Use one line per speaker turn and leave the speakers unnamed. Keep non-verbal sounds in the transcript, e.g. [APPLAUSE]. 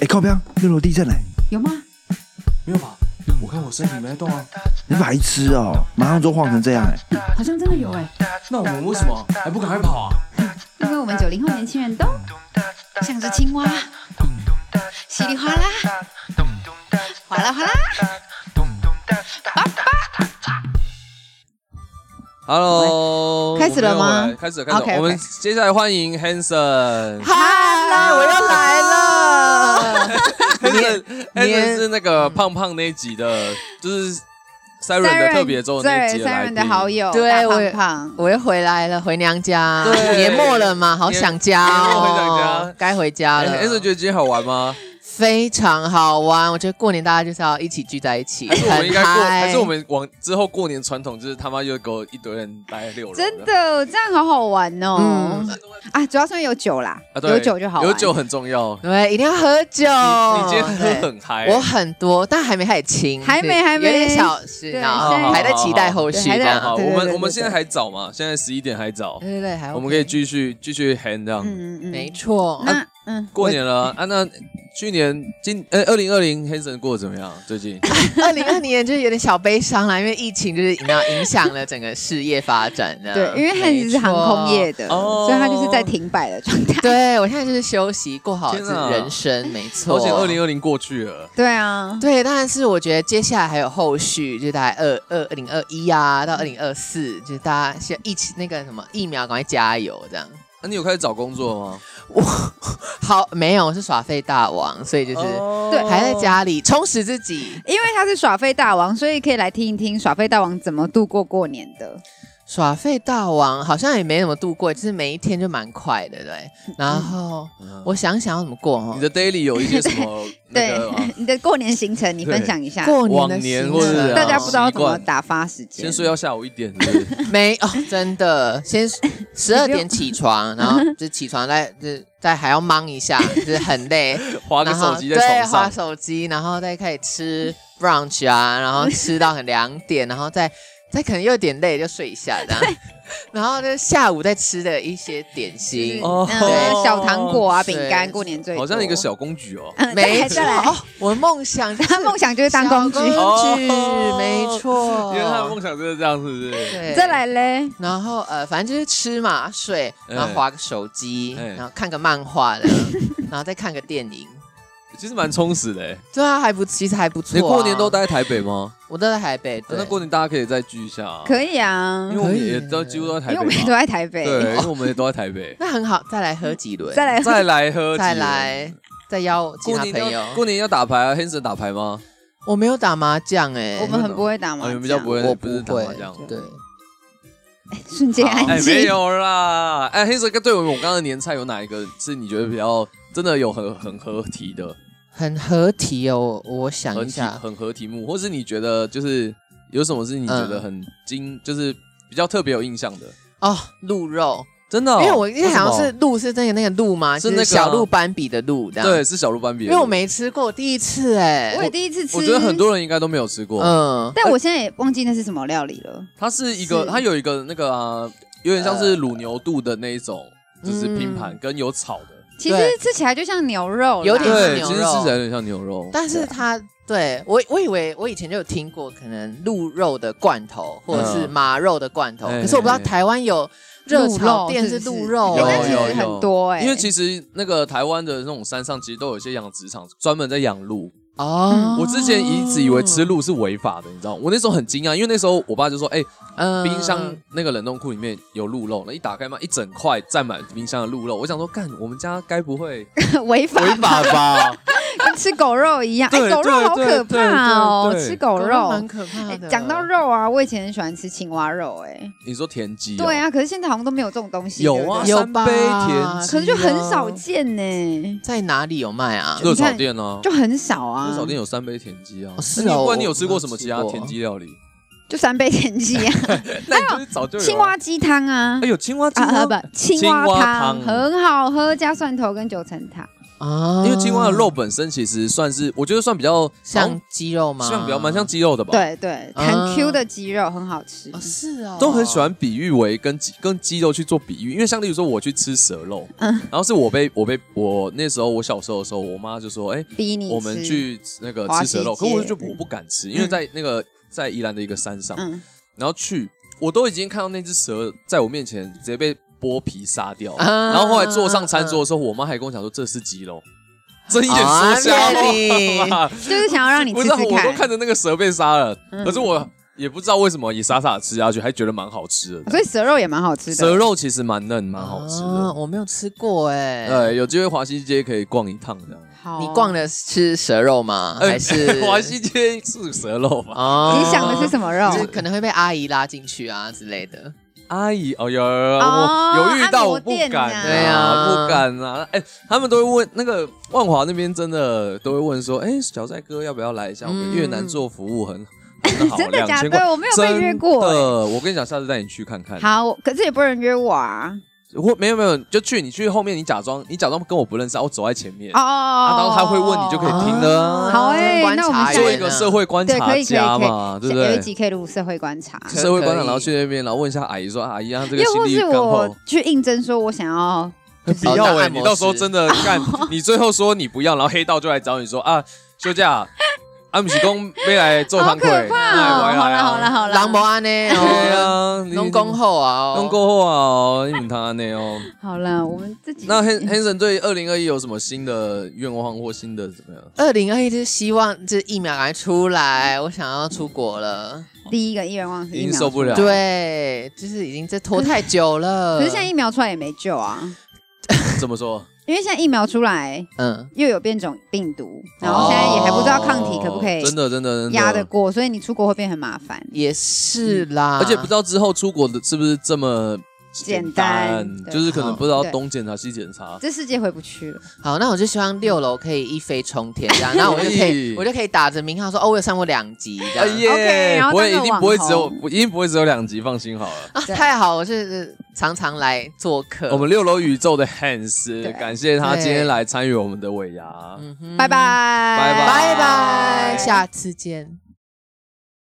哎，靠边！六楼地震嘞、
有吗？
没有吧？我看我身体没在动啊。
你白痴哦、马上就晃成这样哎、
好像真的有哎、
那我们为什么还不赶快跑啊？
因为我们九零后年轻人都像只青蛙，稀里哗啦，哗啦哗啦。
Hello，
开始了吗
我们又回来开始了，开始了。
OK，OK
我们接下来欢迎
[LAUGHS]
Hanson。
嗨，
啊
[LAUGHS] 我又来了。
Hanson 是那个胖胖那一集的，就是 Siren 的特别周的那一集的
三
来
人
宾
的好。友，
对
大
我
胖
也
胖，
我又回来了，回娘家。
对
年末了嘛，好想家
年末回娘
哦
家，
该回家了。
哎 Hanson 觉得今天好玩吗？
非常好玩，我觉得过年大家就是要一起聚在一起，
还是我们应该过？
很嗨
还是我们往之后过年传统就是他妈又给我一堆人待在六楼？
真的这样好好玩哦、
嗯
啊，主要是因为有酒啦，
啊，对
有酒就好玩，哦
有酒很重要。
对，一定要喝酒。
你你今天喝
对
很嗨，
我很多，但还没开始清，
还没
对
还没
有点小事，
对
然后
现在
还在期待后
对
续
还
这
在
好好，
样。
对
我
对对
们我
对
们现在还早嘛，现在十一点还早，
对对对，还 OK
我们可以继续继续 hang 这样。
嗯嗯
没。错。
那嗯，
啊过年了啊，那去年今呃二零二零 Hanson 过得怎么样？最近
[LAUGHS] 二零二零年就是有点小悲伤啦，因为疫情就是影影响了整个事业发展的。
对，因为汉吉是航空业的，
啊没错
所以他就是在停摆的状态。
没错。对我现在就是休息，过好自
天哪
己人生，没错。
而且二零二零过去了，
对啊，
对，当然是我觉得接下来还有后续，就是大概二二二零二一啊，到二零二四，就是大家先一起那个什么疫苗，赶快加油这样。
那你有开始找工作吗？
[LAUGHS] 好，没有，我是耍废大王，所以就是、
对
还在家里充实自己。
因为他是耍废大王，所以可以来听一听耍废大王怎么度过过年的。
耍废大王好像也没怎么度过，就是每一天就蛮快的，对。然后、
嗯
我想想要怎么过哦
你，的 daily 有一些什么那
对
个啊，
[LAUGHS] 你的过年行程你
对
分享一下，
过年的
往年
行
或
程
是啊
大家不知道怎么
习惯
打发时间
先。睡到下午一点，是不
[LAUGHS]
是 [LAUGHS]
没哦，真的，先十二点起床，然后就起床再就是再还要忙一下，就是
[LAUGHS]
很累，
划个
然后
手机在
对，划
床上，
手机，然后再开始吃 brunch 啊，然后吃到很两点，然后再再可能又有点累就睡一下这样， [LAUGHS] 然后呢下午再吃的一些点
就是
心，
哦
嗯，小糖果啊、
是
饼干，过年最多
好像一个。小公举哦。
嗯
没
再
错
来，再
哦
来，
我的梦想就是
他 [LAUGHS] 梦想就是当工具。
小公举
哦
没错，
因为他的梦想就是这样，是不是？
对
再来嘞，
然后呃，反正就是吃嘛、睡，
哎
然后划个手机，
哎
然后看个漫画的， [LAUGHS] 然后再看个电影。
其实蛮充实的欸。
对啊，还不其实还不错、啊。
你过年都待在台北吗？
我都在台北，对，
那过年大家可以再聚一下啊。
可以啊
因为，我们
可以。
也都几乎都在
因为
哦台
我们
北
都
嘛。
在台北，
对，因为我们也都在台北 [LAUGHS]
那很好，再来喝几
[LAUGHS]
轮，
再来
再来喝，
再。来再邀其
过
他
年
朋
要
友。
过年要打牌啊，Hanson 打牌吗？
我没有打麻将哎、
我们很不会打麻
啊，你
将，
们比较不会，
我
不是打麻
会
将。，
对，
瞬间安
哎，没
静。
有啦。哎，Hanson 跟对我们我刚刚的年菜有哪一个是你觉得比较真的有很很合题的，
很合体哦。我我想
很
一
题
下，
很合题目，或是你觉得就是有什么是你觉得
嗯
很惊，就是比较特别有印象的？
哦，鹿肉，
真的哦，
因为我印象好像
为
是
什么
鹿是那个那个鹿吗？
是
就
那个啊
小鹿斑比的鹿，这样
对，，是小鹿斑比，
因为我，没吃过，我第一次哎、
我也第一次吃，
我觉得很，多人应该都没有吃过。
嗯，
但我现在也忘记那是什么料理了。
它是一个，
是
它有一个那个啊，有点像是卤牛肚的那一种，就是拼盘
嗯
跟有炒的，
其实
对
吃起来就像牛肉啦，
有点像
对，
牛
其实
肉
吃起来有点像牛肉，
但是它对我，我以为我以前就有听过，可能鹿肉的罐头或者是
嗯
马肉的罐头，
哎
可是我不知道
哎哎
台湾有热炒店是鹿肉
是
哎
不是
但
有
哎，
其实很多哎，
因为其实那个台湾的那种山上，其实都有一些养殖场专门在养鹿。
哦，
我之前一直以为吃鹿是违法的，你知道吗？我那时候很惊讶，因为那时候我爸就说：“哎、
嗯
冰箱那个冷冻库里面有鹿肉。”那一打开嘛，一整块占满冰箱的鹿肉。我想说，干，我们家该不会
[LAUGHS] 违法
违法吧？
[LAUGHS] 跟吃狗肉一样，哎，
对
狗肉好
对
可
对
怕哦，
对对对
吃狗肉
蛮。可怕
哎
的。
讲到肉啊，我以前很喜欢吃青蛙肉，哎，
你说田鸡、哦
对，啊，可是现在好像都没有这种东西，
有啊，
对
有
三杯
吧
田鸡、啊
不对可是就很少。见呢，
在哪里有卖啊？
热炒店呢、
就很少
啊？热
啊
炒，店有三杯田鸡啊。
哦是
那你
哦
不管你
我
有吃过什么
没有
其
吃过
他田鸡料理？
就三杯田鸡
[LAUGHS]
啊，
那你就是早就有啊
青蛙鸡汤啊
哎，有青蛙鸡
啊
吗
啊不，青
青
蛙
蛙
汤
汤
很好喝，加蒜头跟九层塔，
啊
因为青蛙的肉本身其实算是，我觉得算比较
像鸡肉吗？
像比较蛮像鸡肉的吧。，
对对，
啊
很 Q 的鸡肉很好吃
啊
哦，。是哦，
都很喜欢比喻为跟鸡跟鸡肉去做比喻，因为像例如说我去吃蛇肉，然后是我被我被我那时候我小时候的时候，我妈就说，哎、
逼你吃
我们，去那个
华
吃
西
蛇肉，可
街
我就觉得我不敢吃，因为在那个在宜兰的一个山上，
嗯，
然后去，我都已经看到那只蛇在我面前直接被剥皮杀掉，
啊
然后后来坐上餐桌的时候，我妈还跟我讲说这是鸡肉，睁 [LAUGHS] 眼
啊
说瞎 [LAUGHS]
骗你
话嘛，
就是想要让你
不
吃
是啊，
吃
我都
看。
看着那个蛇被杀了，
嗯
可是我也不知道为什么也傻傻吃下去，还觉得蛮好吃的。
所以蛇肉也蛮好吃的。哦
蛇肉其实蛮嫩，蛮好吃
啊
的。
我没有吃过哎、
呃，有机会华西街可以逛一趟的。
好，啊
你逛的是蛇肉吗？还是
华西街哎是蛇肉吧？
哦
你想的是什么肉？
就是可能会被阿姨拉进去啊之类的。
阿姨，哦，有有有有
哦
我有遇
按
到，
摩
我不
店
敢、
呐
对啊
不敢啊！哎、他们都会问那个万华那边真的都会问说，哎、小帅哥要不要来一下？我们越南做服务很很
嗯 [LAUGHS]
好，
真的假
2000
的？
块？
我没有被
真
约过欸。
的，我跟你讲，下次带你去看看。
好，我可是也不能约我啊。
我没有没有，就去你去后面，你假装你假装跟我不认识，啊我走在前面，
哦，
啊
然
然后他会问你就可以听的啊
哦
好欸
观
那我
察
们
员啊
做一个社会观
对，
察
可以可以
家
可
嘛，
以，
对不
有一
对？
集可以录社会观察。
可
社会观察，
可以
然后去那边，然后问一下阿姨说：“阿姨啊，这个
又
行
或
李
是
刚好
我。”去应征，说我想要
不要
当
哎、
按摩
你到时候
师
真
[LAUGHS]
的干，你最后说你不要，然后黑道就来找你说啊，休假，啊阿姆喜公没来做
好
堂
可
会，
怕
哎
哦！
回
好
来
啦
啊
好啦，好啦，
狼魔安呢？
对
哦，
啊，
农工后啊，
弄过后啊哦，你们他那哦。
好了，我们自己
那 Hen Hanson 对二零二一有什么新的愿望或新的怎么样？
[LAUGHS] 二零二一就是希望这疫苗赶快出来，我想要出国了。
第一个意愿望是
已
疫
经
苗
受不了，，
对，就是已经这拖太久了。
可是现在疫苗出来也没救啊，
怎么说？
因为现在疫苗出来
嗯，
又有变种病毒，然后现在也还不知道抗体可不可以
哦真的真的真的
压得过，所以你出国会变很麻烦。
也是啦，
而且不知道之后出国的是不是这么
简
单
单，对哦
就是可能不知道
对
东检查西检查，
这世界回不去了，
好，那我就希望六楼可以一飞冲天这样，那我就可
可 [LAUGHS] 以
以我就可以打着名号说哦，我有上过两集这
哎
样。
耶
OK，然后
不
当
会一
个
定不会
网
只有
红
不一定不会只有两集，放心好了。
[LAUGHS]
啊
对
太好，我是常常来做客。
我们六楼宇宙的 Hans，
对
感谢他
对
今天来参与我们的尾牙。
嗯哼
拜拜，
拜
拜拜，下次见。